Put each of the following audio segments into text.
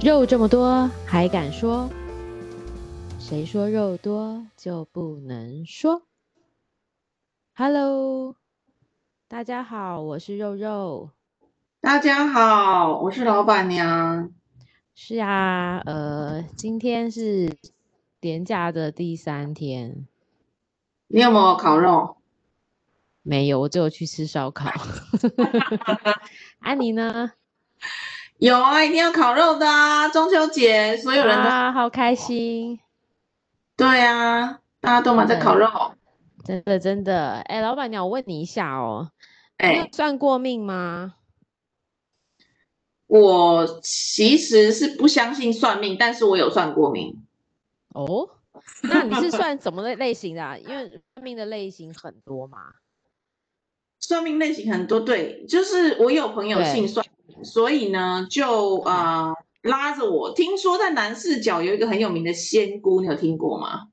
肉这么多，还敢说？谁说肉多就不能说？Hello，大家好，我是肉肉。大家好，我是老板娘。是啊，呃，今天是连假的第三天，你有没有烤肉？没有，我只有去吃烧 烤。安妮呢？有啊，一定要烤肉的啊！中秋节所有人都、啊，好开心，对啊，大家都忙在烤肉。真的真的。哎、老板娘，我问你一下哦，哎、你有算过命吗？我其实是不相信算命，但是我有算过命。 哦，那你是算什么类类型的、啊？因为算命的类型很多嘛。算命类型很多，对，就是我有朋友对信算命，所以呢，就呃拉着我。听说在南四角有一个很有名的仙姑，你有听过吗？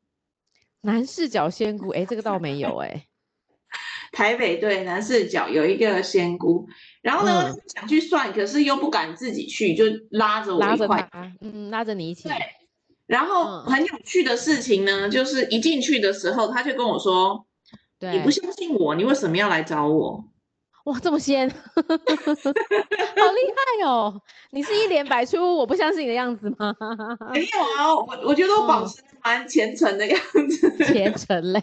男视角仙姑，哎、这个倒没有哎、 台北对南四角有一个仙姑，然后呢、嗯想去算，可是又不敢自己去，就拉着我拉一着块他，嗯，拉着你一起，对然后嗯很有趣的事情呢，就是一进去的时候，他就跟我说：“你对不，相信我，你为什么要来找我哇，这么仙，好厉害哦！你是一脸摆出我不相信你的样子吗？？”没有啊，我我觉得我保嗯持得蛮虔诚的样子。虔诚嘞，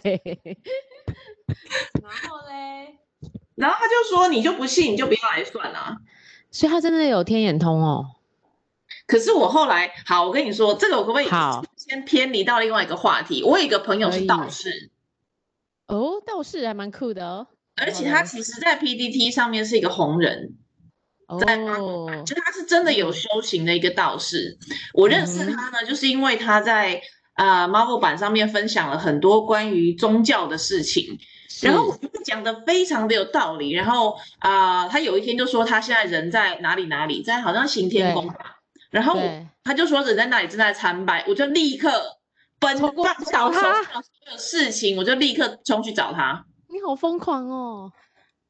然后嘞， 然后他就说：“你就不信，你就不要来算啊。所以他真的有天眼通哦。”可是我后来，好，我跟你说，这个我可不可以 好先偏离到另外一个话题？我有一个朋友可是以道士，哦，道士还蛮酷的哦。而然后且他嘞其实在 PDT 上面是一个红人，在啊八哦，就他是真的嗯有修行的一个道士。我认识他呢，就是因为他在啊、呃 Marvel 版上面分享了很多关于宗教的事情，然后我是觉得讲的非常的有道理。然后啊、呃他有一天就说他现在人在哪里哪里，在好像行天宫吧。然后对他就说人在哪里正在参拜，我就立刻奔冲过放去下找我手他上所有事情，我就立刻冲去找他。你好疯狂哦，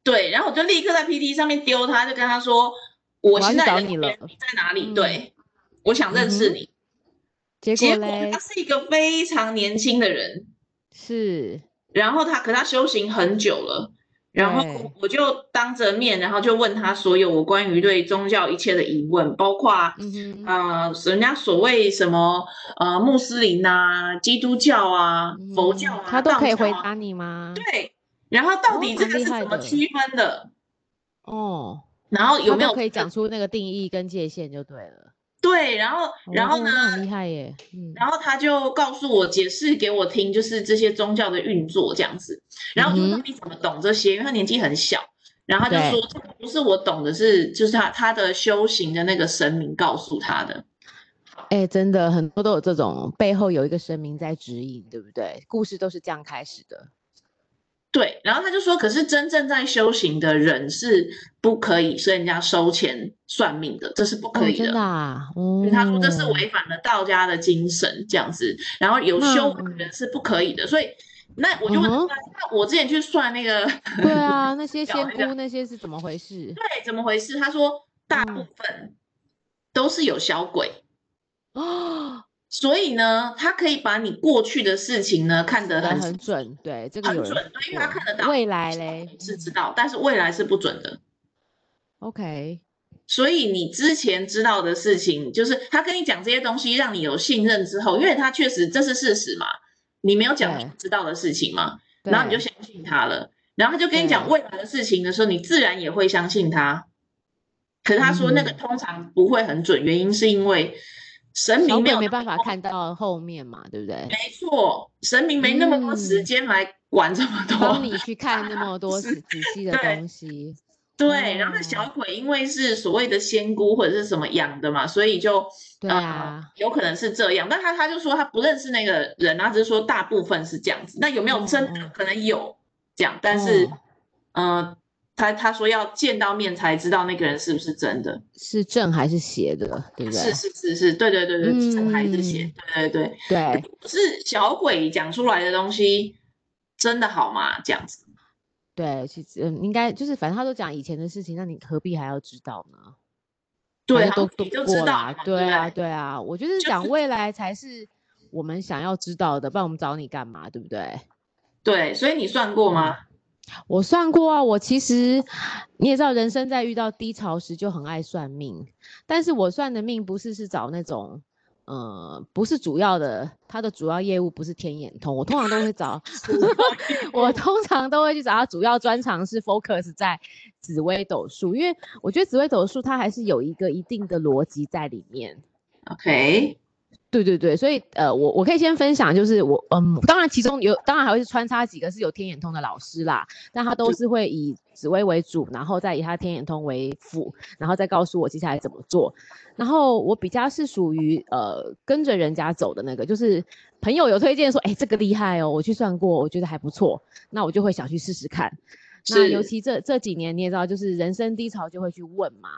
对，然后我就立刻在 PT 上面丢他，就跟他说，我要现去在找人你在了你在哪里？嗯对，我想认识嗯哼你。结结果果嘞他是一个非常年轻的人，是然后他可他修行很久了，然对后我就当着面，然后就问他所有我关于对宗教一切的疑问，包括。嗯哼呃，人家所谓什么呃穆斯林啊、基督教啊、佛教嗯啊，他都道可以教回啊答你吗？对，然后到哦蛮底这个厉是害怎么的区分的？哦，然后有他没都有可以讲出那个定义跟界限就对了。对，然后然哦后呢，那很厉害耶，嗯，然后他就告诉我解释给我听，就是这些宗教的运作这样子。然后我就嗯说你怎么懂这些？因为他年纪很小，然后他就对说这个不是我懂的是，就是他他的修行的那个神明告诉他的。哎、真的很多都有这种背后有一个神明在指引，对不对？故事都是这样开始的。对，然后他就说，可是真正在修行的人是不可以跟人家收钱算命的，这是不可哦，以真的啊，哦所以，他说这是违反了道家的精神，这样子。然后有修为的人是不可以的，所以那我就问他嗯嗯哼，那我之前去算那个对啊，那些小仙那个姑那些是怎么回事？对怎么回事？他说大嗯部分都是有小鬼，哦，所以呢，他可以把你过去的事情呢看得来很很准，对，这个很有人准，对，因为他过看得到未来小嘞鬼嗯是知道，但是未来是不准的。 OK，所以你之前知道的事情，就是他跟你讲这些东西，让你有信任之后，因为他确实这是事实嘛，你没有讲你对不知道的事情嘛，然后你就对相信他了，然后他就跟你讲对未来的事情的时候，你自然也会相信他。可是他说那个嗯通常不会很准，原因是因为神小明没鬼有没那办么法多，看到后面嘛，对不对？没错，神明没那么多时嗯间来管这么 多帮。你去看那么多仔是仔细的对东西， 对，然后那哦小鬼因为是所谓的仙姑或者是什么养的嘛，所以就对呃啊，有可能是这样，但他他就说他不认识那个人啊，只是说大部分是这样子。那有没有真嗯嗯的可能有这样？但是，嗯，他他说要见到面才知道那个人是不是真的。是正还是邪的，对不对是？是是是，对对对对，真还是邪嗯？对对对，对，是小鬼讲出来的东西真的好吗？这样子。对，其实嗯，应该就是反正他都讲以前的事情，那你何必还要知道呢？对，啊都你都就知过道啦了嘛，对不啊，对啊，我就是讲未来才是我们想要知道的，不然我们找你干嘛，对不对？对，所以你算过吗？我算过啊，我其实你也知道，人生在遇到低潮时就很爱算命，但是我算的命不是是找那种，呃，不是主要的，它的主要业务不是天眼通，我通常都会找 我通常都会去找他，主要专长是 focus 在紫微斗数，因为我觉得紫微斗数它还是有一个一定的逻辑在里面。嗯 OK，对对对，所以呃，我我可以先分享，就是我嗯，当然其中有，当然还会是穿插几个是有天眼通的老师啦，但他都是会以紫薇为主，然后再以他天眼通为辅，然后再告诉我接下来怎么做。然后我比较是属于呃跟着人家走的那个，就是朋友有推荐说，哎，这个厉害哦，我去算过，我觉得还不错，那我就会想去试试看。那是尤其这这几年你也知道，就是人生低潮就会去问嘛，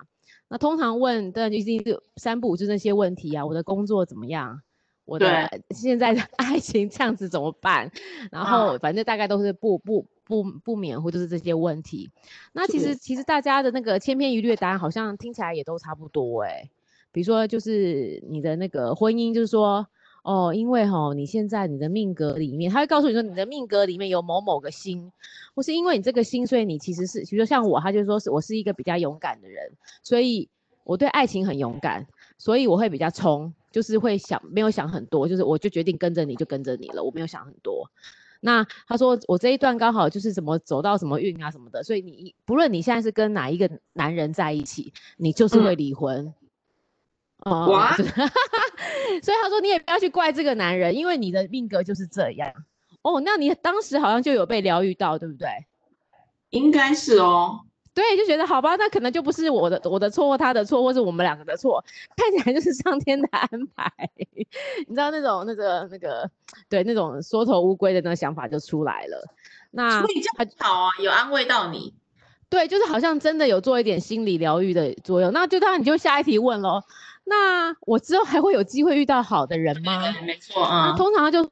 那通常问，但一定是三不五就那些问题啊，我的工作怎么样？我的现在的 爱情这样子怎么办？然后反正大概都是不不不不免乎就是这些问题。那其实是其实大家的那个千篇一律的答案好像听起来也都差不多哎、比如说就是你的那个婚姻，就是说哦，因为吼、你现在你的命格里面，他会告诉你说你的命格里面有某某个星，或是因为你这个星，所以你其实是，比如说像我，他就说是我是一个比较勇敢的人，所以我对爱情很勇敢，所以我会比较冲，就是会想没有想很多，就是我就决定跟着你就跟着你了，我没有想很多。那他说我这一段刚好就是什么走到什么运啊什么的，所以你一不论你现在是跟哪一个男人在一起，你就是会离婚。哦、哇就是 所以他说你也不要去怪这个男人，因为你的命格就是这样。哦，那你当时好像就有被疗愈到，对不对？应该是哦。对，就觉得好吧，那可能就不是我的我的错或他的错，或是我们两个的错，看起来就是上天的安排。 你知道那种那个那个，对那种缩头乌龟的那个想法就出来了。那所以这样好啊，有安慰到你。对，就是好像真的有做一点心理疗愈的作用。那就当然你就下一题问喽。那我之后还会有机会遇到好的人吗？对，没错那啊。通常就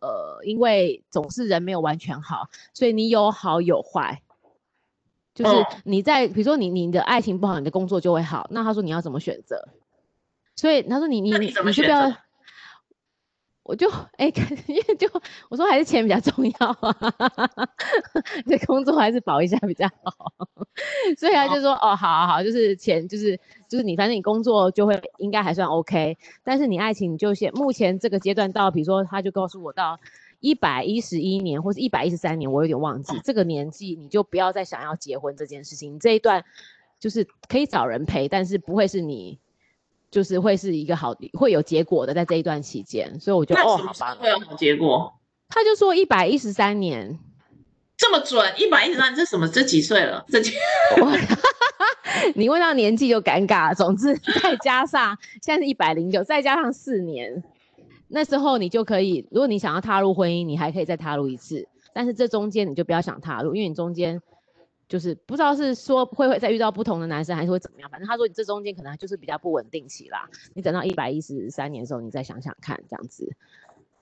呃，因为总是人没有完全好，所以你有好有坏。就是嗯你在，比如说你你的爱情不好，你的工作就会好。那他说你要怎么选择？所以他说你你那你怎么就不选择要，我就哎， 感觉就我说还是钱比较重要啊， 这工作还是保一下比较好。所以他就说哦，好好好，就是钱就是就是你反正你工作就会应该还算 OK，但是你爱情你就先目前这个阶段到，比如说他就告诉我到一百一十一年或是一百一十三年，我有点忘记这个年纪，你就不要再想要结婚这件事情。你这一段就是可以找人陪，但是不会是你，就是会是一个好会有结果的，在这一段期间。所以我就那哦，什好么时候吧，会有好结果？他就说一百一十三年， 这么准，一百一十三，这什么？这几岁了？这几你问到年纪就尴尬了。总之，再加上现在是一百零九，再加上四年，那时候你就可以，如果你想要踏入婚姻，你还可以再踏入一次。但是这中间你就不要想踏入，因为你中间就是不知道是说会会再遇到不同的男生，还是会怎么样。反正他说你这中间可能就是比较不稳定期啦。你等到一百一十三年的时候，你再想想看，这样子。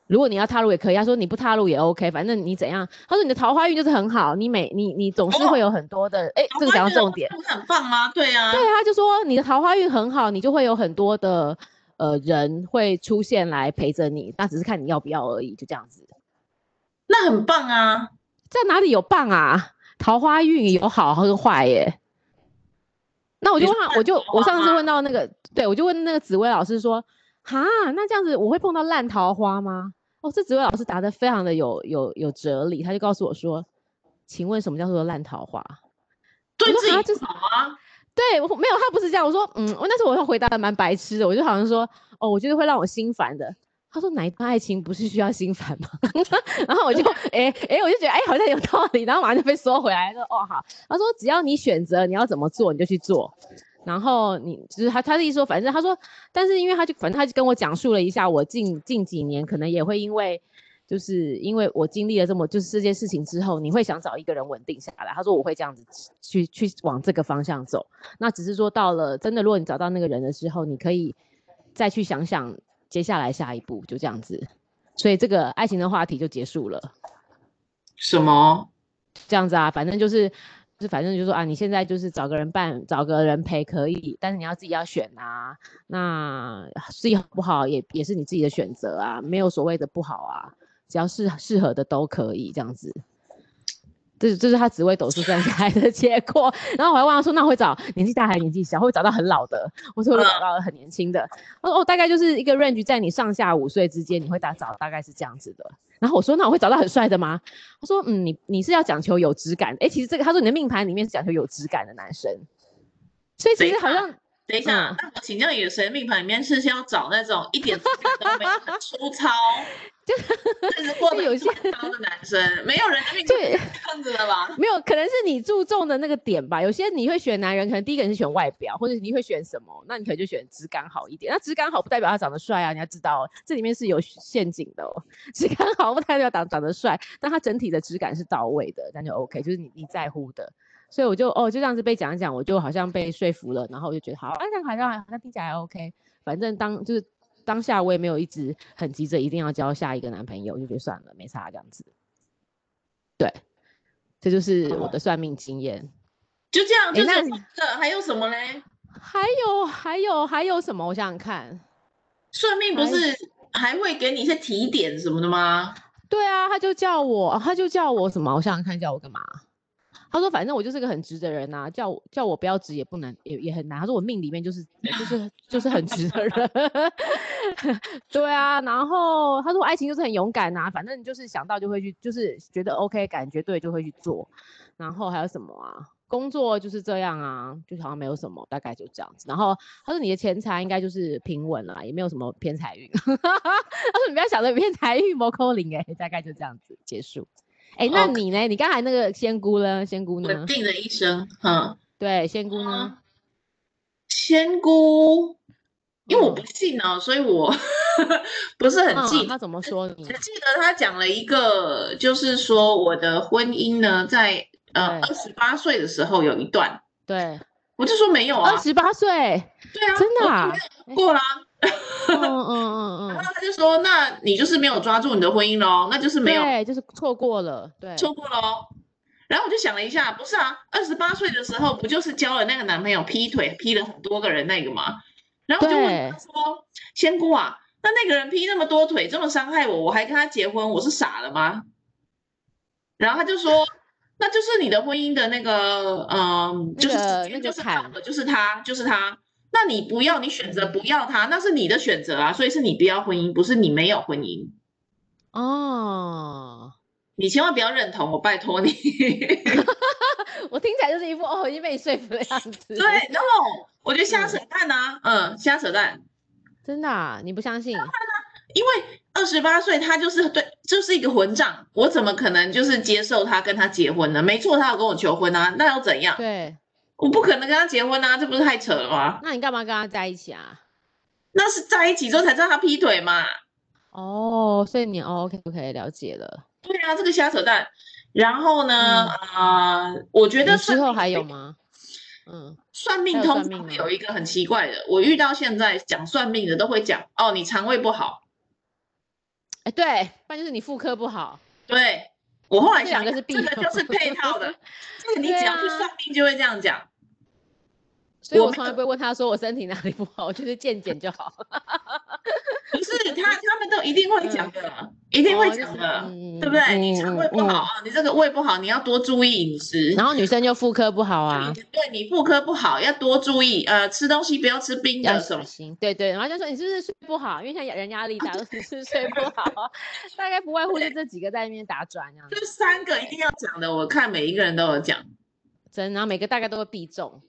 如果你要踏入也可以，他说你不踏入也 OK，反正你怎样，他说你的桃花运就是很好，你每你你总是哦会有很多的，哎、这个讲到重点，不是很棒吗？对啊，对，他就说你的桃花运很好，你就会有很多的呃人会出现来陪着你，那只是看你要不要而已，就这样子。那很棒啊。在哪里有棒啊？桃花运有好和坏耶。那我就你问说他，看我就桃我花上次吗问到那个，对我就问那个紫薇老师说，哈，那这样子我会碰到烂桃花吗？哦，这紫薇老师答的非常的有有有哲理，他就告诉我说，请问什么叫做烂桃花？对说自啊己这是好啊，对我没有，他不是这样。我说，嗯，我那时候我回答的蛮白痴的，我就好像说，哦，我觉得会让我心烦的。他说哪一段爱情不是需要心烦吗？ 然后我就， 哎哎、我就觉得，哎、好像有道理，然后马上就被说回来，说，哦好。他说只要你选择你要怎么做，你就去做。然后你就是他，他的意思说，反正他说，但是因为他就反正他就跟我讲述了一下，我近近几年可能也会因为，就是因为我经历了这么就是这件事情之后，你会想找一个人稳定下来。他说我会这样子去去往这个方向走。那只是说到了真的，如果你找到那个人了之后，你可以再去想想接下来下一步，就这样子。所以这个爱情的话题就结束了。什么？这样子啊，反正就是。就是反正就是说啊，你现在就是找个人伴，找个人陪可以，但是你要自己要选啊。那自己好不好也也是你自己的选择啊，没有所谓的不好啊，只要适适合的都可以这样子。这这是他紫微斗数算下来的 结果。然后我还问他说，那会找年纪大还是年纪小？会不会找到很老的？我说会不会找到很年轻的。他说哦，大概就是一个 range 在你上下五岁之间，你会大找大概是这样子的。然后我说那我会找到很帅的吗？他说嗯，你你是要讲求有质感。哎，其实这个他说你的命盘里面是讲求有质感的男生，所以其谁实好啊像等一下，嗯那我请教你的神命盘里面是要找那种一点质感都没有、很粗 糙，甚至过就得有有些些高的男生，没有人的命就对。这样子的吧？ 没有，可能是你注重的那个点吧。有些你会选男人，可能第一个你是选外表，或者你会选什么，那你可能就选质感好一点。那质感好不代表他长得帅啊，你要知道哦这里面是有陷阱的哦。 质感好不代表长长得帅，但他整体的质感是到位的，那就 OK，就是你你在乎的。所以我就哦就这样子被讲一讲，我就好像被说服了，然后我就觉得好，啊，这样好像好像听起来还 OK。反正当就是当下我也没有一直很急着一定要交下一个男朋友，就觉得算了，没差这样子。对，这就是我的算命经验。就这样，诶就是哎那这你个，还有什么嘞？还有还有还有什么？我想想看。算命不还是还会给你一些提点什么的吗？对啊，他就叫我，他就叫我什么？我想想看，叫我干嘛？他说反正我就是个很直的人呐、叫我叫我不要直也不难，也也很难。他说我命里面就是就是就是很直的人。 对啊，然后他说我爱情就是很勇敢呐、反正就是想到就会去，就是觉得 OK，感觉对就会去做。然后还有什么啊？工作就是这样啊，就好像没有什么，大概就这样子。然后他说你的钱财应该就是平稳了，也没有什么偏财运。 他说你不要想着偏财运谋扣零，哎，大概就这样子结束。哎、那 OK 你呢？你刚才那个仙姑呢？仙姑呢稳？定的一哦生，嗯，对，仙姑呢？仙姑，因为我嗯不信哦，所以我 不是很记嗯，得。他怎么说你 只？记得他讲了一个，就是说我的婚姻呢，在呃对二十八岁的时候有一段，对，我就说没有二啊，十八岁，对啊，真的我啊？没有过啦。嗯嗯嗯嗯然后他就说，那你就是没有抓住你的婚姻喽，那就是嗯， 没有对，就是错过了，对，错过喽。然后我就想了一下，不是啊，二十八岁的时候不就是交了那个男朋友，劈腿劈了很多个人那个吗？然后我就问他说：“仙姑啊，那那个人劈那么多腿，这么伤害我，我还跟他结婚，我是傻了吗？”然后他就 说：“那就是你的婚姻的那个，嗯、就是时那个那个间就是到坎了，就是他，就是他。那你不要，你选择不要他，那是你的选择啊，所以是你不要婚姻，不是你没有婚姻。哦， 你千万不要认同我，拜托你。”我听起来就是一副哦已经被你说服的样子。对，然后我觉得瞎扯淡呐、嗯，瞎扯淡，真的啊，你不相信？因为二十八岁他就是对，就是一个混账，我怎么可能就是接受他跟他结婚呢？没错，他要跟我求婚啊，那又怎样？对，我不可能跟他结婚啊，这不是太扯了吗？那你干嘛跟他在一起啊？那是在一起之后才知道他劈腿嘛。哦，所以你哦，OK OK，了解了。对啊，这个瞎扯淡。然后呢，啊、我觉嗯你得之算后命还有吗？嗯，算命还有通算命常会吗有一个很奇怪的，我遇到现在讲算命的都会讲哦，你肠胃不好。哎，对，不然就是你妇科不好。对，我后来这想两个一是想，这必个就是配套的，这 个你只对要去啊算命就会这样讲。所以我我没从来有不会问他说我身体哪里不好，我就是健检就好。不是 他，他们都一定会讲的，一定哦会就讲是的，嗯对不对？你肠嗯胃不嗯好啊，你这个胃不好，你要多注意饮食。然后女生就妇科不好啊你，对你妇科不好，要多注意，呃，吃东西不要吃冰要的什小么。心。对对，然后就说你是不是睡不好？因为现在人压力大，都是是睡不好， 大概不外乎就这几个在那边打转这啊样子这。三个一定要讲的，我看每一个人都有讲。真，然后每个大概都会必中。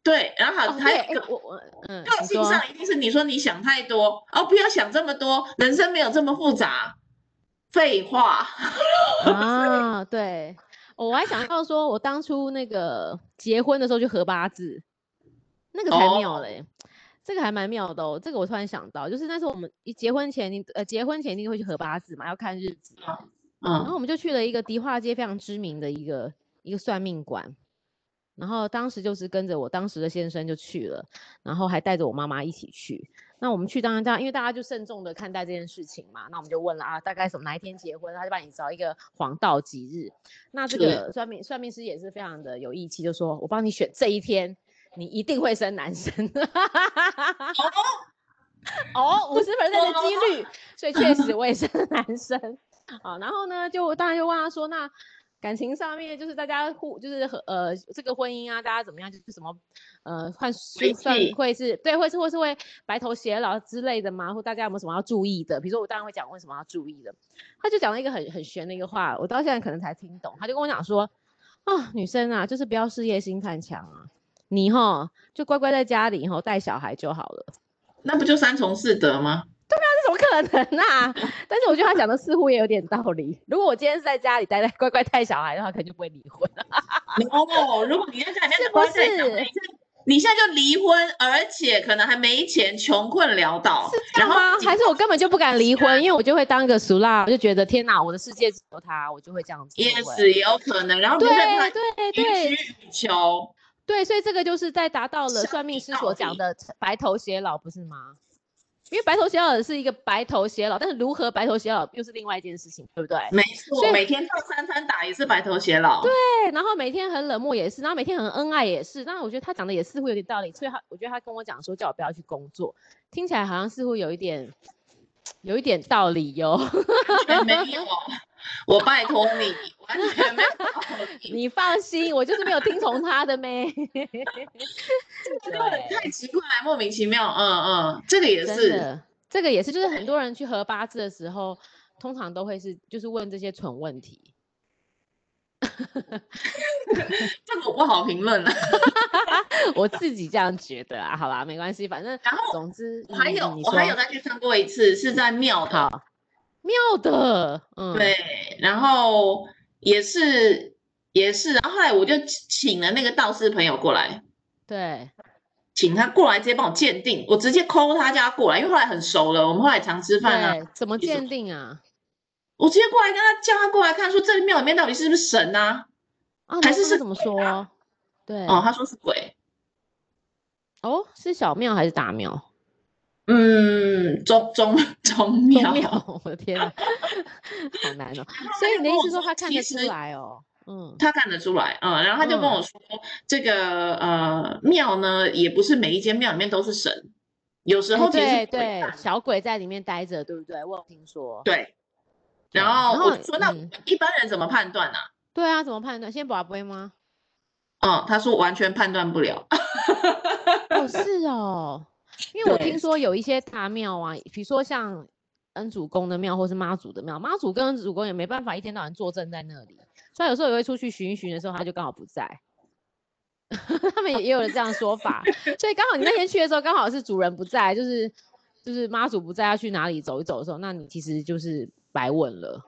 对，然后哦，还对，有一哎个，我我嗯，个你性说上一定是你说你想太多哦，不要想这么多，人生没有这么复杂。废话， 啊，对，我还想到说，我当初那个结婚的时候就合八字，那个才妙哦嘞、这个还蛮妙的哦。这个我突然想到，就是那时候我们一结婚前，你呃结婚前一定会去合八字嘛，要看日子。然嗯后我们就去了一个迪化街非常知名的一个一个算命馆，然后当时就是跟着我当时的先生就去了，然后还带着我妈妈一起去。那我们去当然大家，因为大家就慎重的看待这件事情嘛，那我们就问了啊，大概什么哪一天结婚，他就帮你找一个黄道吉日。那这个算命算命师也是非常的有义气，就说我帮你选这一天，你一定会生男生。 哦，五十 percent 的几率，所以确实我也是 男生啊。然后呢，就当然就问他说，那感情上面就是大家互就是和呃这个婚姻啊，大家怎么样，就是什么呃换脾算气会是对，会是或是会白头偕老之类的吗？或大家有没有什么要注意的？比如说我当然会讲为什么要注意的，他就讲了一个很很玄的一个话，我到现在可能才听懂。他就跟我讲说，啊，女生啊，就是不要事业心太强啊，你哈就乖乖在家里哈带小孩就好了。 那不就三从四德吗？ 怎么可能啊？但是我觉得他讲的似乎也有点道理。 如果我今天是在家里待待乖乖带小孩的话，可能就不会离婚了。哦，如果你在家里面是不乖乖带小是孩，你现在就离婚，而且可能还没钱，穷困潦倒，这然样后吗？ 自己还是我根本就不敢离啊婚，因为我就会当个俗辣，我就觉得天哪，我的世界只有他，我就会这样子。也会不会死也有可能，然后不对是他对予对取予求，对，所以这个就是在达到了上算命帝师到所底讲的白头偕老，不是吗？因为白头偕老是一个白头偕老，但是如何白头偕老又是另外一件事情，对不对？没所错，以每天照三餐打也是白头偕老。对，对，然后每天很冷漠也是，然后每天很恩爱也是。但我觉得他讲的也似乎有点道理，所以他我觉得他跟我讲说叫我不要去工作，听起来好像似乎有一点有一点道理哟。 没有，我拜托你，完 全没有道理。你放心，我就是没有听从他的 咩。对太奇怪，莫名其妙，嗯嗯，这个也真是，的，这个也是，就是很多人去合八字的时候，通常都会是就是问这些蠢问题。这个我不好评论了。我自己这样觉得啊，好吧，没关系，反正然后总之我还嗯有，你我还说有再去看过一次，是在庙的，好妙的，嗯，对，然后也是也是，然后后来我就请了那个道士朋友过来，对。请他过来直接帮我鉴定，我直接 call 他叫他过来，因为后来很熟了，我们后来常吃饭啊，对，怎么一直鉴定啊？我直接过来跟他叫他过来看，说这庙里面到底是不是神啊？啊，还那是他是怎么说？对，哦，他说是鬼，哦，是小庙还是大庙？嗯，中 中中中 庙，庙，我的天啊，好难哦。然后他所以就你的跟意我思说他看其得出实来哦？嗯， 他看得出来，嗯，然后他就跟嗯我说，这个呃庙呢，也不是每一间庙里面都是神，有时哎候其实是对鬼对诞，小鬼在里面待着，对不对？我有听说。对，对然然后我后就说那嗯一般人怎么判断呢、对啊，怎么判断？先拔杯吗？啊？嗯，他说完全判断不了。 哦，是哦，因为我对听说有一些大庙啊，比如说像恩主公的庙或是妈祖的庙，妈祖跟恩主公也没办法一天到晚坐镇在那里，所以有时候也会出去巡一巡的时候，他就刚好不在。 他们也也有人这样说法，所以刚好你那天去的时候，刚好是主人不在，就是就是妈祖不在，要去哪里走一走的时候，那你其实就是白问了。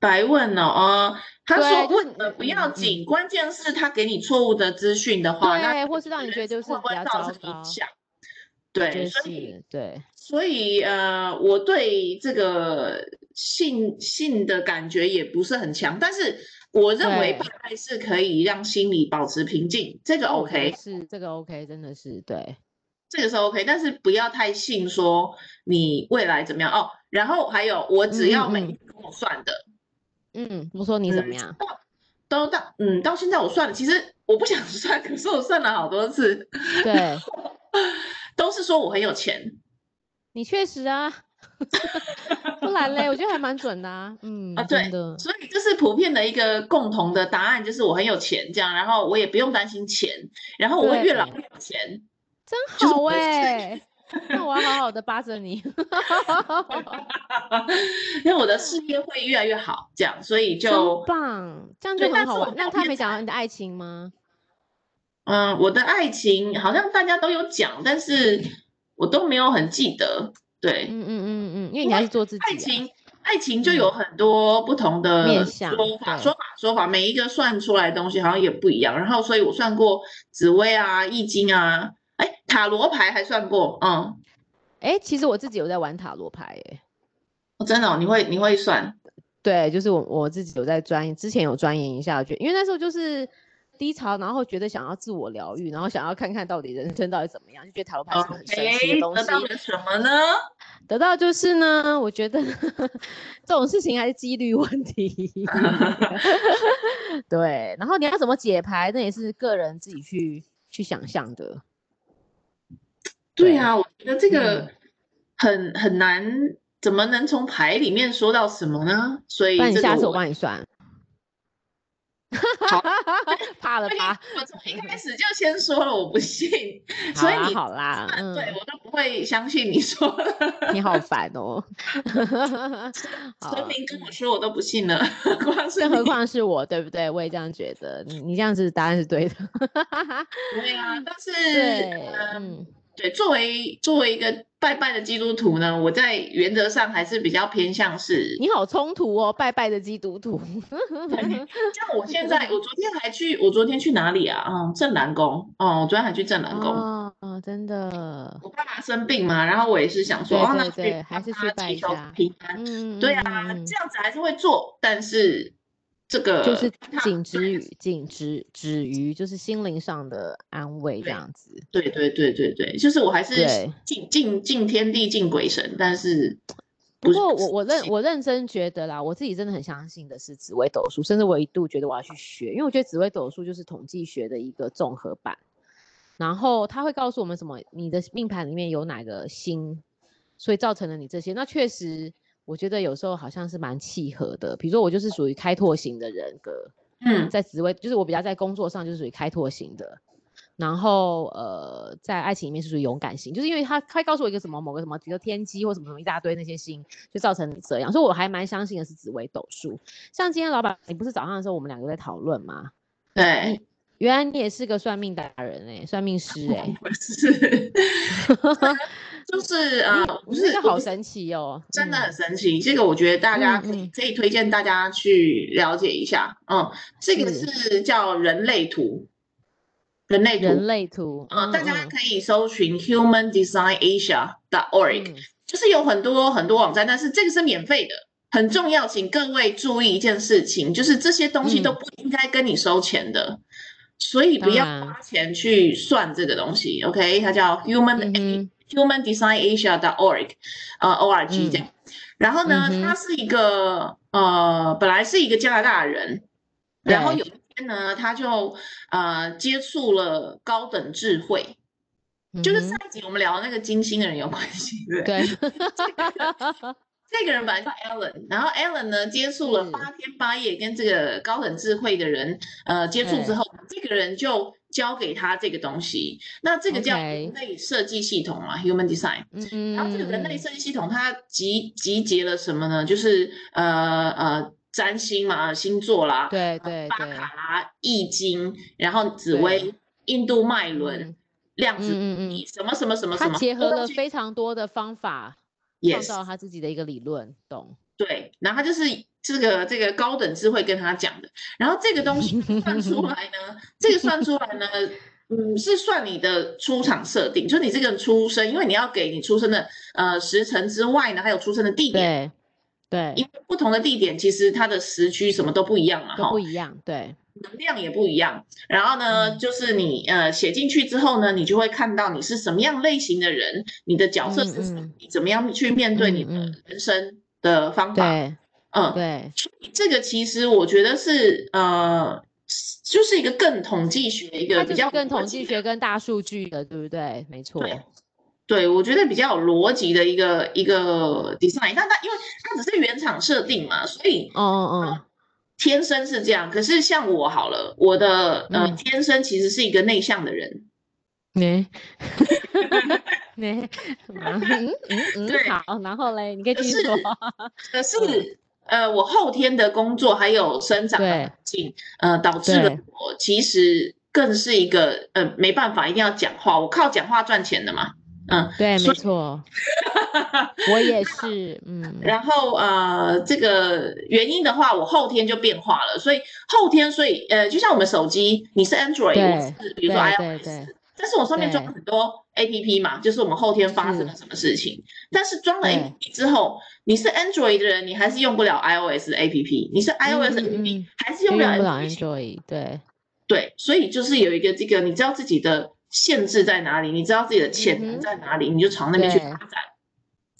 白问了哦，呃他说对就是问了不嗯要嗯紧，关键是他给你错误的资讯的话，那对你或是让你人觉得就生是会比不会较造糟成影糕响？我觉对，得所以是，对，所以呃，我对这个性性的感觉也不是很强，但是我认为对拜拜是可以让心理保持平静，这个哦我觉得 OK，是这个 OK，真的是对。这个是 OK，但是不要太信说你未来怎么样哦。然后还有，我只要每嗯嗯嗯天跟我算的，嗯，我说你怎么样？都到嗯到现在我算了，其实我不想算，可是我算了好多次，对，都是说我很有钱，你确实啊， 不然嘞，我觉得还蛮准的啊。嗯，啊对真的，所以这是普遍的一个共同的答案，就是我很有钱这样，然后我也不用担心钱，然后我会越老越有钱，真就是好不是哎、那我要好好的扒着你。因为我的事业会越来越好，这样，所以真 就棒，这样对就但很好是我玩。没那有他变没讲态到你的爱情吗？嗯，我的爱情好像大家都有讲，但是我都没有很记得，对，嗯嗯嗯嗯，因为因你还为是做自己、啊。嗯爱情，爱情就有很多不同的面向说法，对说法说法，每一个算出来的东西好像也不一样。然后，所以我算过紫薇啊、易经啊，哎，塔罗牌还算过，嗯，哎、其实我自己有在玩塔罗牌耶、哦真的哦、你会你会算对，就是我我自己有在钻研，之前有钻研一下，我觉得因为那时候就是低潮，然后觉得想要自我疗愈，然后想要看看到底人生到底怎么样，就觉得塔罗牌是个很神奇的东 OK，哦得西。到了什么呢？得到就是呢，我觉得 这种事情还是几率问题。 对，然后你要怎么解牌，那也是个人自己去去想象的。对对啊，我觉得这个嗯很很难，怎么能从牌里面说到什么呢？所以那你这下次个我我帮你算。好 怕了对吧？我从一开始就先说了我不信，所以你好啦，好啦嗯，对我都不会相信你说的。你好烦哦。 好嗯神明跟我说我都不信了，光是更何你况是我，对不对？我也这样觉得。你你这样子答案是对的。 对啊，但是嗯对，呃嗯，对，作为作为一个拜拜的基督徒呢，我在原则上还是比较偏 向是，你好冲突哦，拜拜的基督徒。像我嗯现在，我昨天还去，我昨天去哪里啊？嗯，正南宫，哦，我昨天还去正南宫。哦，真的，我爸爸生病嘛，然后我也是想说，对哦，那对去对帮还是去他拜祈一求下平安。嗯，对嗯啊，嗯这样子还是会做，但是这个就是他仅止于仅止止于就是心灵上的安慰这对样子。对对对对对，就是我还是对敬敬敬天地敬鬼神，但是不是过我我认信我认真觉得啦，我自己真的很相信的是紫微斗数，甚至我一度觉得我要去学，因为我觉得紫微斗数就是统计学的一个综合版，然后它会告诉我们什么，你的命盘里面有哪个星，所以造成了你这些。那确实，我觉得有时候好像是蛮契合的，比如说我就是属于开拓型的人格，嗯在职位，就是我比较在工作上就是属于开拓型的，然后呃，在爱情里面是属于勇敢型，就是因为他他会告诉我一个什么某个什么，比如说天机或什么什么一大堆那些星，就造成你这样，所以我还蛮相信的是紫微斗数。像今天老板，你不是早上的时候我们两个在讨论吗？对，原来你也是个算命达人哎、算命师哎、 我 是就是啊，呃我不觉得是这我好不是神奇哦，真的嗯很神奇，这个我觉得大家可嗯以嗯可以推荐大家去了解一下。嗯，这个是是叫人类图，人类人图，类图，嗯，大家嗯可以搜寻 Human Design Asia org，嗯就是有很多很多网站，但是这个是免费的。很重要，请各位注意一件事情，就是这些东西嗯都不应该跟你收钱的，所以不要当然花钱去算这个东西。OK，它叫 Human、嗯哼 Human Design Asia org，呃，org 嗯这样。然后呢，嗯哼他是一个呃，本来是一个加拿大人，然后对有一天呢，他就呃接触了高等智慧，嗯就是哼上一集我们聊那个金星的人 有关系，对不对？对， 这个人本来叫 Alan，然后 Alan 呢接触了是八天八夜跟这个高等智慧的人呃接触之对后，这个人就交给他这个东西，那这个叫 OK 人类设计系统嘛，Human Design。嗯，然后这个人类嗯设计系统，它集集结了什么呢？就是呃呃，占星嘛，星座啦，对呃对巴对，卡啦，易经，然后紫微对，印度脉轮嗯，量子嗯嗯嗯力，什么什么什么什他么，结合了非非常多的方法，创 yes 造他自己的一个理论，懂？对，然后他就是这个这个高等智慧跟他讲的，然后这个 东西算出来呢，这个算出来呢，嗯，是算你的出场设定，就是你这个人出生，因为你要给你出生的呃时辰之外呢，还有出生的地点。对，对因，为不同的地点，其实它的时区什么都不一样嘛，都哈不，一样，对，能量也不一样。然后呢，嗯就是你呃写进去之后呢，你就会看到你是什么样类型的人，你的角色是什嗯么，嗯你怎么样去面对你的嗯人生的方法。对，嗯，对，这个其实我觉得是呃，就是一个更统计学一个他比就是较跟有逻统辑计的学跟大数据的，对不对？没错，对，我觉得比较有逻辑的一个一个 design，但它因为它只是原厂设定嘛，所以哦嗯 哦天生是这样，可是像我好了，我的呃、嗯天生其实是一个内向的人，哦，你，你，嗯嗯对嗯，好，然后嘞，你可以可继续是说， 可是、呃我后天的工作还有生长的嗯对环境，呃导致了对我其实更是一个呃没办法，一定要讲话，我靠讲话赚钱的嘛，嗯，对，没所以 错，我也是，嗯，然后呃，这个原因的话，我后天就变化了，所以后天，所以呃，就像我们手机，你是 Android，对我是比对如说对 iOS，对，但是我上面装了对很多 APP 嘛，就是我们后天发生了什么事情。但是装了对 APP 之后，你是 Android 的人，你还是用不了 iOS 的 APP，你是 iOS 的嗯嗯 APP，嗯还是就用用不了不了 Android 系统。 Android，对，对，所以就是有一个这个，你知道自己的限制在哪里，你知道自己的潜嗯哼能在哪里，你就朝那边去对嗯发展。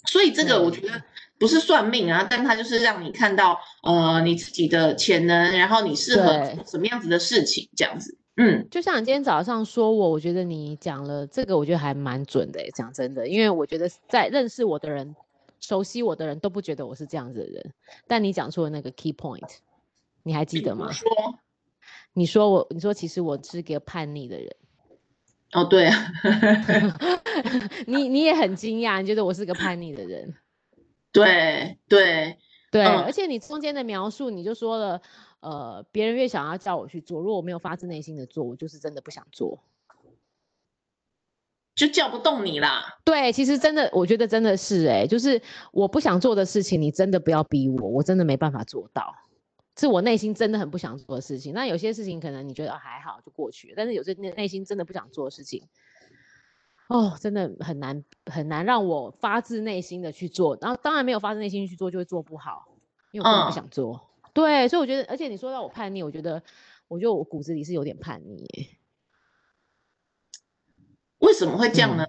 所以这个我觉得不是算命啊，但它就是让你看到呃你自己的潜能，然后你适合对做什么样子的事情，这样子。嗯，就像你今天早上说我，我觉得你讲了这个，我觉得还蛮准的、欸。讲真的，因为我觉得在认识我的人、熟悉我的人都不觉得我是这样子的人，但你讲出了那个 key point，你还记得比如吗？ 说你说我，你说其实我是个叛逆的人，哦，对啊，你你也很惊讶，你觉得我是个叛逆的人，对对，对，嗯而且你中间的描述你就说了，呃，别人越想要叫我去做，如果我没有发自内心的做，我就是真的不想做。就叫不动你啦。对，其实真的，我觉得真的是哎、就是我不想做的事情，你真的不要逼我，我真的没办法做到，是我内心真的很不想做的事情。那有些事情可能你觉得、啊还好就过去了，但是有些内内心真的不想做的事情，哦，真的很难很难让我发自内心的去做。然后当然没有发自内心去做，就会做不好，因为我真的不嗯想做。对，所以我觉得，而且你说到我叛逆，我觉得，我觉得我骨子里是有点叛逆欸耶、为什么会这样呢？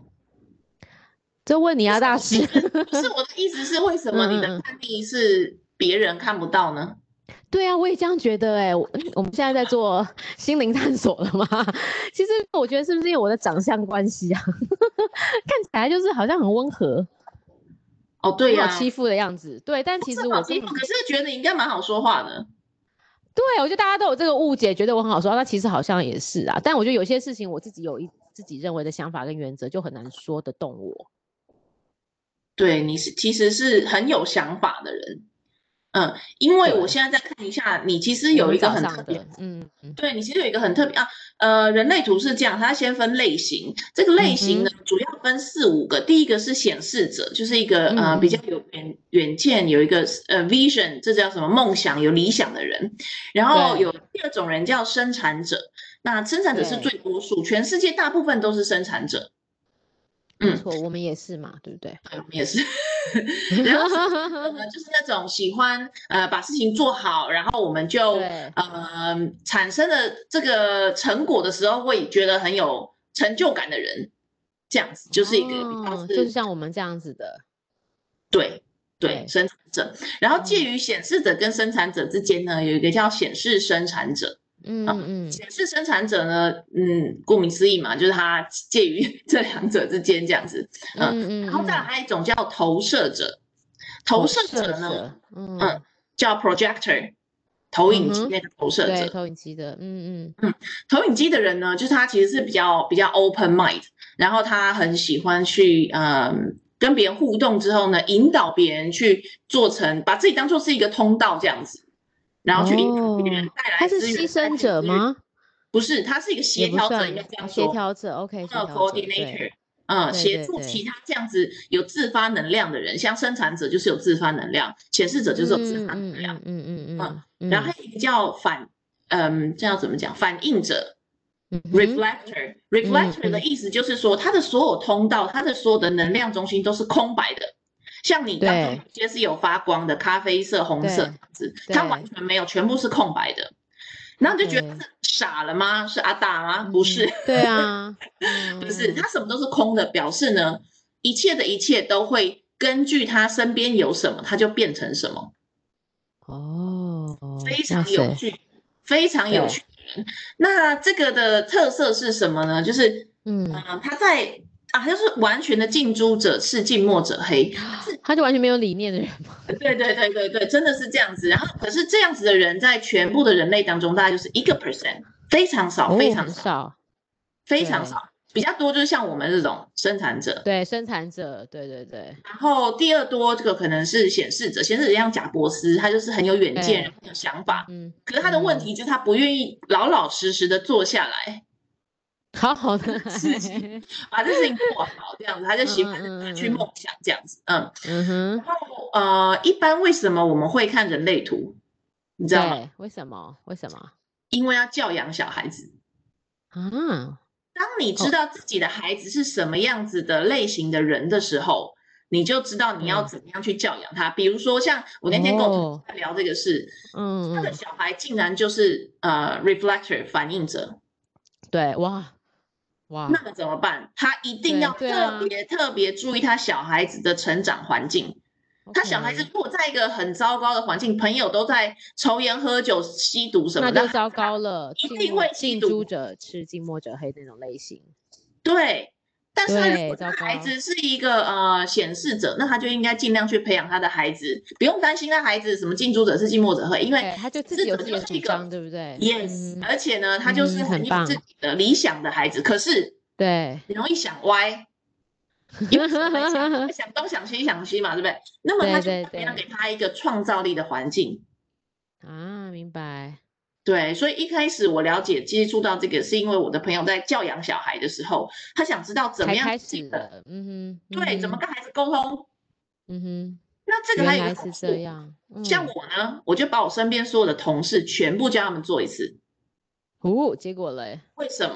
这问你啊，大为什师么。别人不是我的意思是，为什么你嗯嗯的嗯叛逆是别人看不到呢？对啊，我也这样觉得哎、我我们现在在做 心灵探索了嘛？ 其实我觉得是不是因为我的长相关系啊？ 看起来就是好像很温和、哦，对很呀、好欺负的样子。对，但其不是实好我欺根负，本可是觉得你应该蛮好说话的。对我觉得大家都有这个误解，觉得我很好说，那其实好像也是啊。但我觉得有些事情我自己有一自己认为的想法跟原则，就很难说得动我。对，你是其实是很有想法的人。嗯，因为对我现在再看一下，你其实我有们一个早很上特别的，嗯嗯对你其实有一个很特别啊，呃，人类图是这样，它先分类型，嗯这个类型呢、主要分四五个，第一个是显示者，就是一个呃嗯比较有远远见，有一个呃 vision，这叫什么梦想，有理想的人，然后对有第二种人叫生产者，那生产者是对最多数，全世界大部分都是生产者，没嗯错，我们也是嘛，对不 对？对我们也是，然后呃，就是那种喜欢呃把事情做好，然后我们就对呃产生了这个成果的时候，会觉得很有成就感的人，这样子 就是一个比较哦是、就是像我们这样子的，对对对嗯生产者。然后介于显示者跟生产者之间呢，有一个叫显示生产者。嗯啊嗯，显示生产者呢，嗯，顾名思义嘛，就是它介于 这两者之间这样子。嗯嗯，然后再来嗯还有一种叫投射者，投射者呢？嗯嗯，叫 projector，投影嗯机哼那个投射对，者。投影机的，嗯嗯，投影机的人呢，就是他其实是比较比较 open mind，然后他很喜欢去嗯跟别人互动之后呢，引导别人去做成把自己当做是一个通道这样子，然后去引导别人哦带来、他是牺牲者？吗？不是，他是一个协也不调者，算应该这啊样说。协调者，OK，协调呃者，对， coordinator，嗯，对协对助对其他这样子有自发能量的人，像生产者就是有自发能量，显示者就是有自嗯发能嗯量，嗯嗯嗯嗯嗯，啊然后还有一个叫反，嗯，这要怎么讲？反应者嗯哼 （reflector）。reflector 的嗯意思就是说，它的所有通道，它的所有的能量中心都是空白的。像你当中对有些是有发光的，咖啡色、红对色这样子，它完全没有，全部是空白的。然后你就觉得对是傻了吗？是阿达吗？不是，嗯对啊， 不是，嗯它什么都是空的，表示呢，一切的一切都会根据他身边有什么，它就变成什么。哦，非哇常塞，有趣，非常有对趣的人。那这个的特色是什么呢？就是，嗯嗯、，他在啊，他就是完全的近朱者赤，近墨者黑。 他就完全没有理念的人嘛，对对对对对，真的是这样子。然后，可是这样子的人在全部的人类当中，大概就是一个 percent，非常少，哦非很常少，少，非常对少。比较多就是像我们这种生产者，对，生产者，对对对，然后第二多这个可能是显示者，显示者像贾伯斯，他就是很有远对见，然后很有想法。嗯，可是他的问嗯题就是他不愿意老老实实的坐下来，好好的事情，把这事情做好，这样子，他就喜欢嗯嗯嗯嗯去梦想这样子，嗯，嗯哼，然后呃，一般为什么我们会看人类图？你知道吗？对，为什么？为什么？因为要教养小孩子。啊，哦当你知道自己的孩子是什么样子的类型的人的时候，你就知道你要嗯怎么样去教养他。比如说，像我那天跟我同哦事在聊这个事，嗯他的嗯，小孩竟然就是呃 reflector 反应者，对，哇哇，那么怎么办？他一定哦对要对啊特别特别注意他小孩子的成长环境。他小孩子 OK 如果在一个很糟糕的环境，朋友都在抽烟、喝酒、吸毒什么那的，就糟糕了，一近定墨会吸近毒朱者赤，近墨者黑那种类型。对。但是他如对果他糟孩糕子是一个呃显示者，那他就应该尽量去培养他的孩子，不用担心他孩子什么近朱者赤，近墨者黑，因对为，他就自这己有种自己就的是主一个张，对不对 yes，、嗯而且呢，他就是嗯很很有自棒己的理想的孩子，可是 对，很容易想歪，因为什么呢想想东想西想西嘛，对不对？那么他就对对特别要对给他一个创造力的环境。 啊，明白。对，所以一开始我了解接触到这个，是因为我的朋友在教养小孩的时候，他想知道 怎么才样开自己始的的，嗯哼，对，嗯怎么哼跟孩子沟通。嗯哼，那这个还原有来一个是好这处，样，像嗯我呢，我就把我身边所有的同事全部教他们做一次。哦，结果嘞，为什么？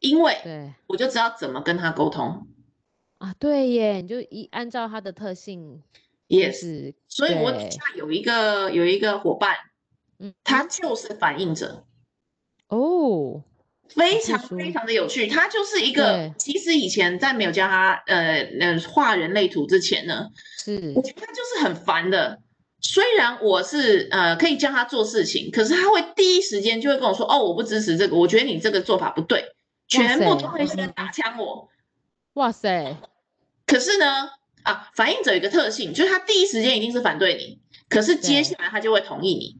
因为对我就知道怎么跟他沟通。啊，对耶，你就一按照他的特性，就 Yes，是所以我底对下有一个有一个伙伴，嗯，他就是反应者。哦，非自常非书常的有趣，他就是一个对，其实以前在没有教他呃呃画人类图之前呢，是我觉得他就是很烦的。虽然我是呃可以教他做事情，可是他会第一时间就会跟我说：“哦，我不支持这个，我觉得你这个做法不对。”全部都塞会先嗯打枪我。哇塞，可是呢，啊，反应者有一个特性，就是他第一时间一定是反对你，可是接对下来他就会同意你，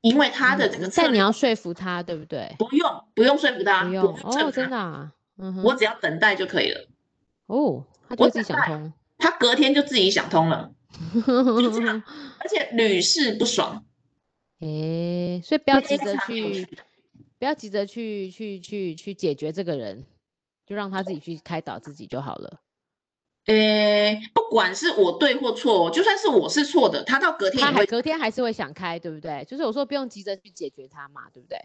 因为他的这个嗯策但你略要说服他，对不对？不用不用说服他，不不用用哦，劝真的他，啊，嗯我哼，只要等待就可以了。哦，他我就会自己等想待通，他隔天就自己想通了， 就这样而且屡试不爽，诶，所以不要急非着常有去趣。不要急着去去去去解决这个人，就让他自己去开导自己就好了。呃，不管是我对或错，哦就算是我是错的，他到隔天他也还会隔天还是会想开，对不对？就是我说不用急着去解决他嘛，对不对？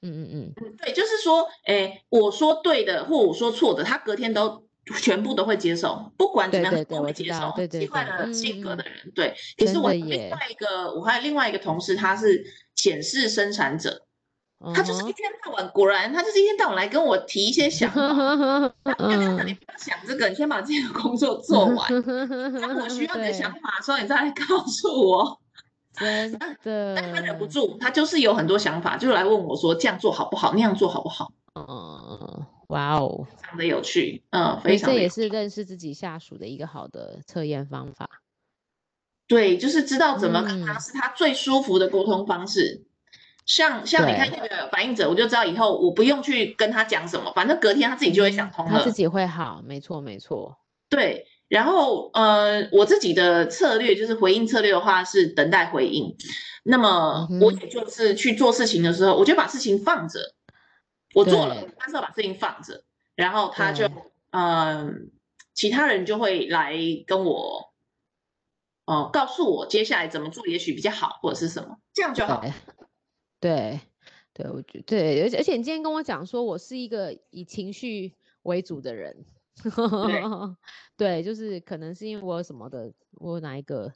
嗯嗯嗯，对，就是说，诶，我说对的或我说错的，他隔天都全部都会接受，不管怎对么对样他对，都会我知接道受，，对奇对怪对，的嗯性格嗯的嗯，人。对，可是真我的有另耶外一个，我还有另外一个同事，他是显示生产者，嗯他就是一天到晚，果然他就是一天到晚来跟我提一些想法。嗯 哼那你嗯，不要想这个，你先把自己的工作做 完。当我我需要你的想法的时候，你再来告诉我。真的，但他忍不住，他就是有很多想法，就来问我说这样做好不好，那样做好不好，嗯，哇哦，非常的有趣，嗯，所以非常这的有也趣是认识自己下属的一个好的测验方法。对，就是知道怎么跟他嗯是他最舒服的沟通方式。像像你看对那个反应者，我就知道以后我不用去跟他讲什么，反正隔天他自己就会想嗯通他了自。己会好，没错没错。对，然后呃，我自己的策略就是回应策略的话是等待回应。那么嗯我哼也就是去做事情的时候，我就把事情放着，我做了对，但是要把事情放着，然后他就对嗯、呃其他人就会来跟我，呃，告诉我接下来怎么做，也许比较好，或者是什么，这样就好。对， 对，对，我觉对，而且而且你今天跟我讲说，我是一个以情绪为主的人， 对，就是可能是因为我有什么的，我有哪一个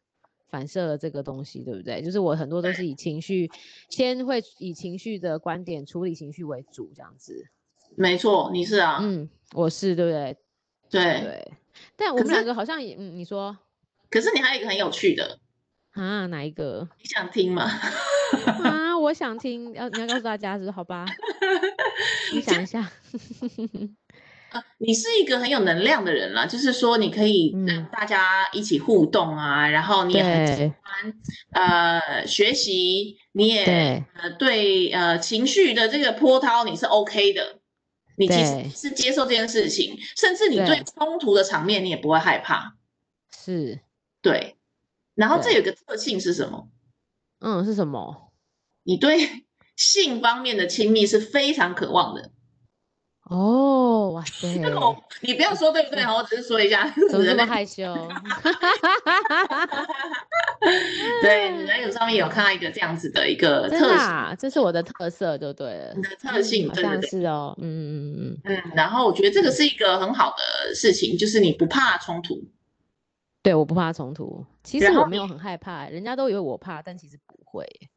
反射了这个东西，对不对？就是我很多都是以情绪，先会以情绪的观点处理情绪为主，这样子。没错，你是啊，嗯，我是对不对？对。对，但我可们是两个好像也，嗯，你说可是你还有一个很有趣的，啊，哪一个你想听吗？ 啊？我想听，要你要告诉大家是好吧？你想一下，你是一个很有能量的人啦，就是说你可以让嗯大家一起互动啊，然后你也很 喜对欢呃学习，你也对。呃对呃情绪的这个波涛你是 OK 的，你其实对是接受这件事情，甚至你对对冲突的场面你也不会害怕，是，对。然后这对有个特性是什么？嗯，是什么？你对 性方面的亲密是非常渴望的。哦，哇塞，这个我你不要说对不对哦，我只是说一下，怎么这人类 么害羞？ 对，你在有上面有看到一个这样子的一个真的特啊，这是我的特色，就对了你。的特嗯，性，好对对像对，是哦，嗯嗯嗯嗯，嗯，然后我觉得这个是一个很好的事情，就是你不怕冲突，对，我不怕冲突。其实然后我没有很害怕、人家都以为我怕，但其实不会耶。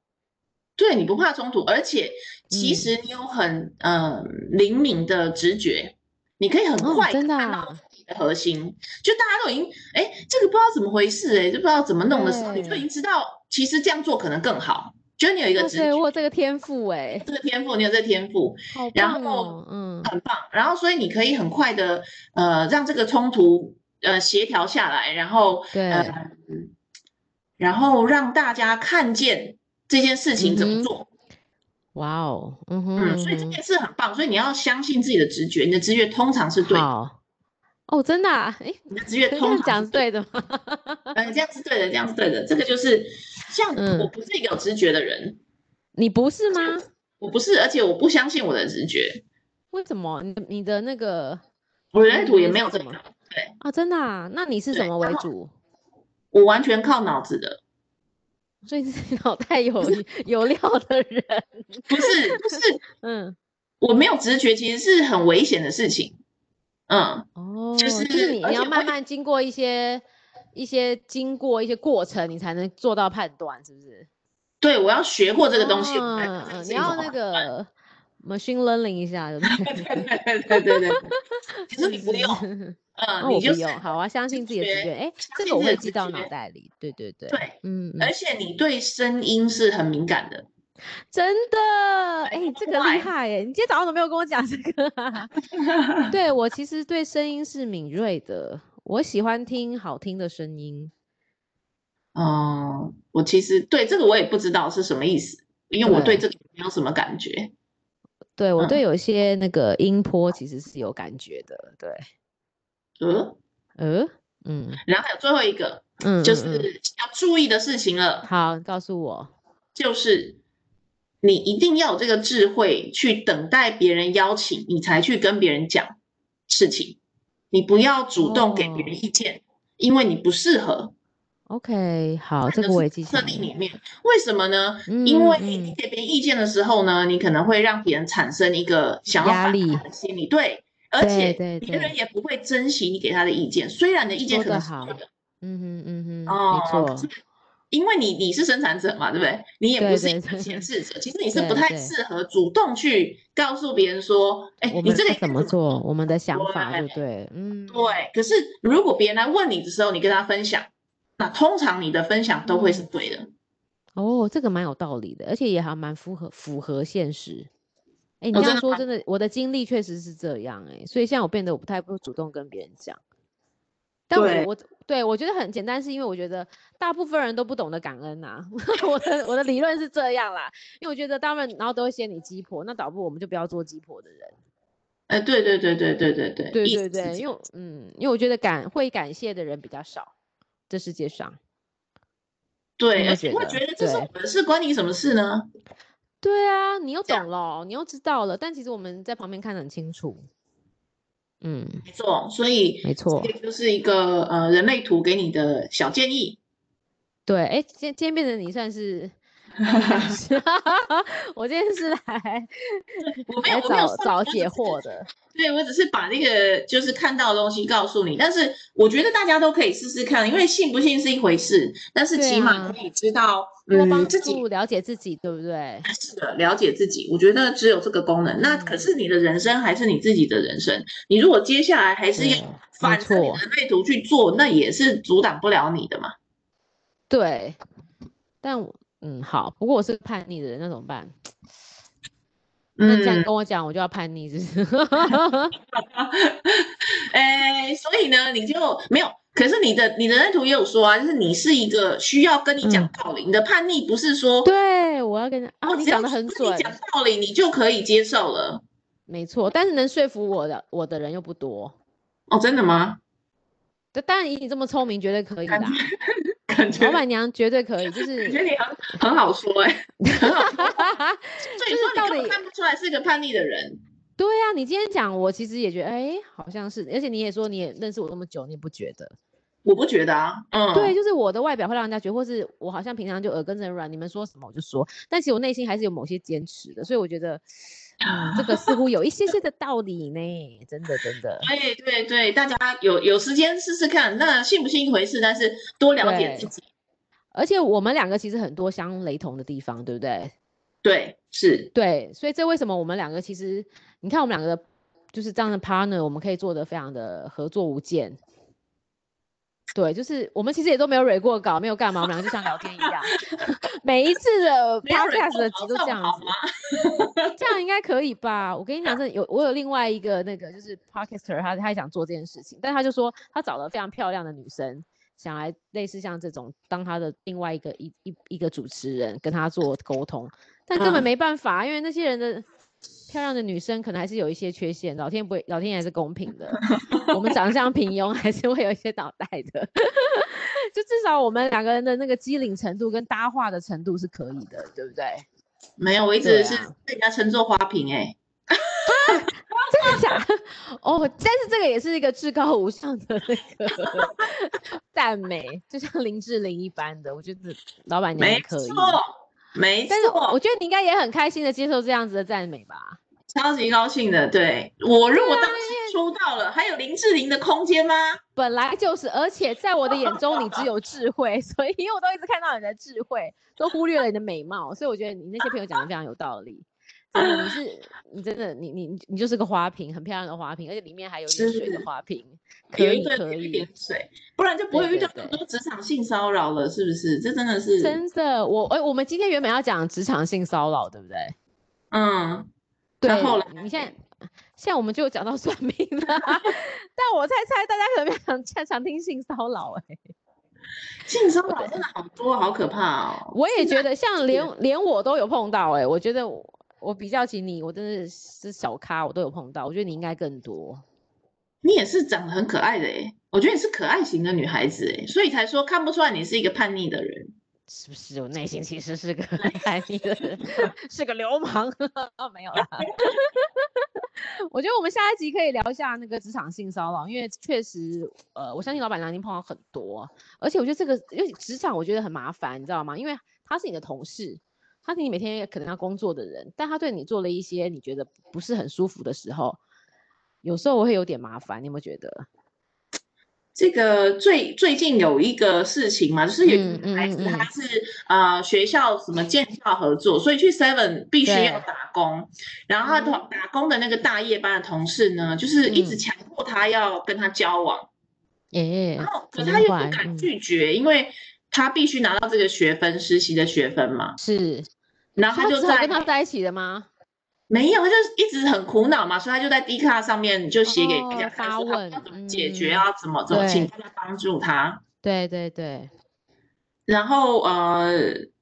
对你不怕冲突，而且其嗯实你有很呃灵敏的直觉，你可以很哦快地真的看到啊自己的核心。就大家都已经哎，这个不知道怎么回事哎，就不知道怎么弄的时候，你就对已经知道其实这样做可能更好。觉得你有一个哇直觉塞，，我有这个天赋哎、这个天赋，你有这个天赋，好然棒后哦！嗯，很棒。然后所以你可以很快的呃让这个冲突呃协调下来，然后对，呃，然后让大家看见这件事情嗯怎么哼做。哇哦，嗯哼，嗯，所以这嗯件事很棒，所以你要相信自己的直觉，你的直觉通常是哼对的，好哦，真的、啊，哎、你的直觉可以这通样常讲是是对的吗？ 的，嗯，这样是对的，这样是对的，这个就是像我嗯不是一个有直觉的人，你不是吗？我不是，而且我不相信我的直觉，为什么？你的你的那个我那人类你图也是没有嗯什这个么，啊，真的、啊？那你是什对么然为后主？我完全靠脑子的，所以是脑袋有有料的人，不是，不是嗯，我没有直觉，其实是很危险的事情，嗯，哦，是就是你而你且要我慢也慢经过一些一些经过一些过程，你才能做到判断，是不是？对，我要学过这个东西，我才知道嗯嗯这个事你情要怎么那办个 machine learning 一下，对不对？对对对 对， 其实你不用，是是嗯，哦，你我就不是用，好啊，相信自己的直觉觉，哎，这信个我自会己的记直到脑觉袋里，对对对，对。嗯，嗯而且你对声音是很敏 感的，真的，哎、对这不个怪厉害哎！你今天早上怎么没有跟我讲这个、啊？对我其实对声音是敏锐的，我喜欢听好听的声音。嗯，我其实对这个我也不知道是什么意思，因为我对对这个没有什么感觉。对我嗯对有一些那个音波其实是有感觉的。对，呃，呃，嗯然后还有最后一个嗯，就嗯是嗯要注意的事情了，好，你告诉我。就是你一定要有这个智慧去等待别人邀请，你才去跟别人讲事情，你不要主动给别哦人意见，因为你不适合。 OK，好，这这个我也记设下定来。里面，为什么呢？因为嗯你嗯给别人意见的时候呢，你可能会让别人产生一个想要压反力抗的心理，对，而且对对别人对也不会珍惜你给他的意见，虽然你的意说见可得能是好对的嗯哼嗯哼，没哦，可错是，因为你你是生产者嘛，对不对？你也对不是对一个对显示者，其实你是对不太对适合主动去告诉别人说，哎我，你们这个该应该怎么做？我们的想法对就对，嗯，对，可是如果别人来问你的时候，你跟他分享，那通常你的分享都会是嗯对的。哦，这个蛮有道理的，而且也还蛮符合符合现实。哎、你这哦真样的说吗真的，我的经历确实是这样哎、所以现在我变得我不太会主动跟别人讲。但对我我对我觉得很简单，是因为我觉得大部分人都不懂得感恩呐、 我的我的理论是这样啦，因为我觉得大部分然后都会嫌你鸡婆，那倒不如我们就不要做鸡婆的人。哎，对对对对对对对，对对意思是对，这因样为嗯，因为我觉得感会感谢的人比较少，这世界上。对，有而觉且我得觉得这是对我们的事，关你什么事呢？对啊，你又这样懂了，你又知道了，但其实我们在旁边看得很清楚。嗯，没错，所以没错这，个就是一个呃人类图给你的小建议。对，哎，今天今天变成你算 是算是， 我今天是来我没有，来我没找有算找我只解是惑的。对，我只是把那个就是看到的东西告诉你，但是我觉得大家都可以试试看，因为信不信是一回事，但是对起码啊可以知道，多帮嗯，自己助了解自己，对不对？是的了解自己。我觉得只有这个功能，那可嗯是你的人生还是你自己的人生，你如果接下来还是嗯要对没反着你错的人类图去做，那也是阻挡不了你的嘛。对，但我嗯好，不过我是叛逆的人，那怎么办？那你这样嗯，跟我讲，我就要叛逆，是 不是？哎，所以呢，你就没有。可是你的你的人图也有说啊，就是你是一个需要跟你讲嗯道理，你的叛逆不是说对，我要跟你我哦，你只要讲的很跟你准，讲道理，你就可以接受了。没错。但是能说服我的我的人又不多。哦，真的吗？但当然，以你这么聪明，绝对可以的感 啊。觉感觉老板娘绝对可以，就 感觉是，你很很好说哎、 很好说。所以就是说你到根本底看不出来是个叛逆的人。对呀、啊，你今天讲，我其实也觉得，哎，好像是，而且你也说你也认识我这么久，你也不觉得，我不觉得啊，嗯，对，就是我的外表会让人家觉得，或是我好像平常就耳根子很软，你们说什么我就说，但其实我内心还是有某些坚持的，所以我觉 得，嗯，这个似乎有一些些的道理呢，真的真的，对对对，大家有有时间试试看，那信不信一回事，但是多了解自己，而且我们两个其实很多相雷同的地方，对不对？对，是，对，所以这为什么我们两个其实，你看我们两个的就是这样的 partner，我们可以做的非常的合作无间。对，就是我们其实也都没有蕊过稿，没有干嘛，我们两个就像聊天一 样。每一次的没有人 podcast 的做集都好这这样样好子，吗？这样应该可以吧？我跟你讲， 真的有我有另外一个那个就是 podcaster，他他也想做这件事情，但他就说他找了非常漂亮的女生，想来类似像这种当他的另外一个一一一个主持人跟他做沟通，但根本嗯没办法，啊因为那些人的。漂亮的女生可能还是有一些缺陷，老天不会，老天还是公平 的。我们长相平庸，还是会有一些脑袋的。 就至少我们两个人的那个机灵程度跟搭话的程度是可以的，对不 对？没有，我一对啊直是被人家称作花瓶哎、真的假的？哦，但是这个也是一个至高无上的那个 赞美，就像林志玲一般的，我觉得老板娘没很可以。错，没但是我错，觉得你应该也很开心的接受这样子的赞美吧？超级高兴的。对我如对果啊当时出道了，还有林志玲的空间吗？本来就是，而且在我的眼中，你只有智慧， 所以因为我都一直看到你的智慧，都忽略了你的美貌，所以我觉得你那些朋友讲的非常有道理。真的，你是你真的你你你你就是个花瓶，很漂亮的花瓶，而且里面还有点水的是花瓶，可有一以堆可有一以。点水，不然就不会对遇到对很对多职场性骚扰了，是不是？这真的是，真的，我哎、我们今天原本要讲职场性骚扰，对不对？嗯，对然后嘞你现在现在我们就讲到算命了， 但我猜猜大家可能比较想想想听性骚扰哎、性骚扰真的好多，好可怕哦。我也现觉在得像是啊连连我都有碰到哎、我觉得我我比较起你，我真的是小咖，我都有碰到，我觉得你应该更多。你也是长得很可爱的哎、我觉得你是可爱型的女孩子哎、所以才说看不出来你是一个叛逆的人。是不是我内心其实是个叛逆的 人，是个流氓？ 没有啦。 我觉得我们下一集可以聊一下那个职场性骚扰，因为确实，呃，我相信老板娘已经碰到很多，而且我觉得这个因为职场我觉得很麻烦，你知道吗？因为他是你的同事，他是你每天也可能要工作的人，但他对你做了一些你觉得不是很舒服的时候，有时候我会有点麻烦，你有没有觉得？这个最最近有一个事情嘛，就是有一嗯个孩子嗯嗯他是呃学校什么建校合作，所以去 Seven 必须要对打工，然后他同打工的那个大夜班的同事呢，就是一嗯直强迫他要跟他交往，耶、然后可怎是么他又会不敢嗯拒绝，因为他必须拿到这个学分，实习的学分嘛，是，然后他他只就好在跟他在一起的吗？没有，他就是一直很苦恼嘛，所以他就在 d 卡上面就写给大家哦看发说他问要怎么解嗯决啊，怎么怎么请对大家帮助他。对对对，然后呃，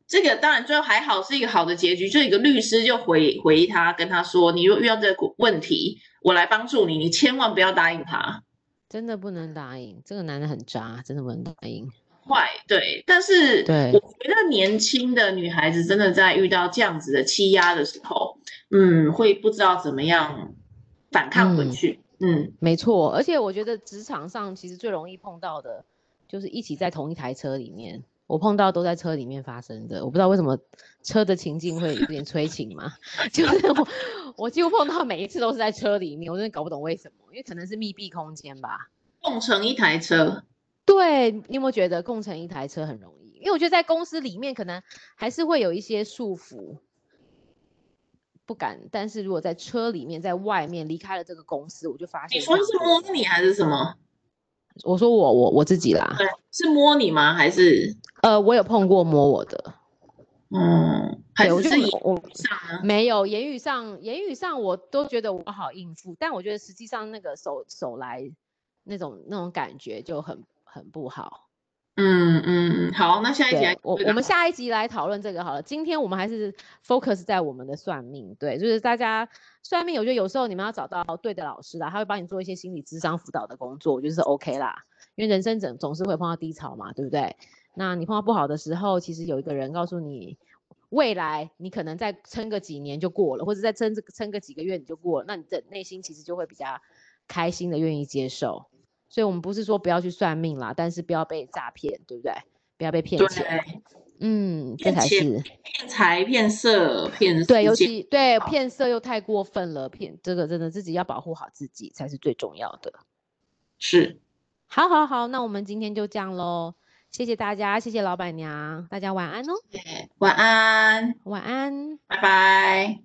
这个当然最后还好是一个好的结局，就一个律师就回回他跟他说，你如果遇到这个问题，我来帮助你，你千万不要答应他。真的不能答应，这个男的很渣，真的不能答应。坏对，但是对我觉得年轻的女孩子真的在遇到这样子的欺压的时候，嗯，会不知道怎么样反抗回嗯去。嗯没错，而且我觉得职场上其实最容易碰到的，就是一起在同一台车里面，我碰到都在车里面发生的。我不知道为什么车的情境会有点催情嘛， 就是我我几乎碰到每一次都是在车里面，我真的搞不懂为什么，因为可能是密闭空间吧。共乘一台车，对，你有没有觉得共乘一台车很容易？因为我觉得在公司里面可能还是会有一些束缚，不敢。但是如果在车里面，在外面离开了这个公司，我就发现你说这是样摸子你还是什么？我说我我我自己啦，对，是摸你吗？还是呃，我有碰过摸我的，嗯，还对我是就是以我我上呢？没有言语上，言语上我都觉得我好应付，但我觉得实际上那个手手来那种那种感觉就很很不好。嗯嗯，好，那下一题对还是我这，个我们下一集来讨论这个好了。今天我们还是 focus 在我们的算命，对，就是大家算命，我觉得有时候你们要找到对的老师啦，他会帮你做一些心理智商辅导的工作，我觉得是 OK 啦。因为人生总总是会碰到低潮嘛，对不对？那你碰到不好的时候，其实有一个人告诉你，未来你可能再撑个几年就过了，或者再撑这个撑个几个月你就过了，那你的内心其实就会比较开心的，愿意接受。所以我们不是说不要去算命啦，但是不要被诈骗，对不对？不要被骗对，钱，嗯，这骗才钱是骗财、骗色、骗对，尤时间其对好骗色又太过分了，骗这个真的自己要保护好自己才是最重要的。是好好好，那我们今天就这样喽，谢谢大家，谢谢老板娘，大家晚安哦，对。晚安，晚安，拜拜。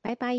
拜拜。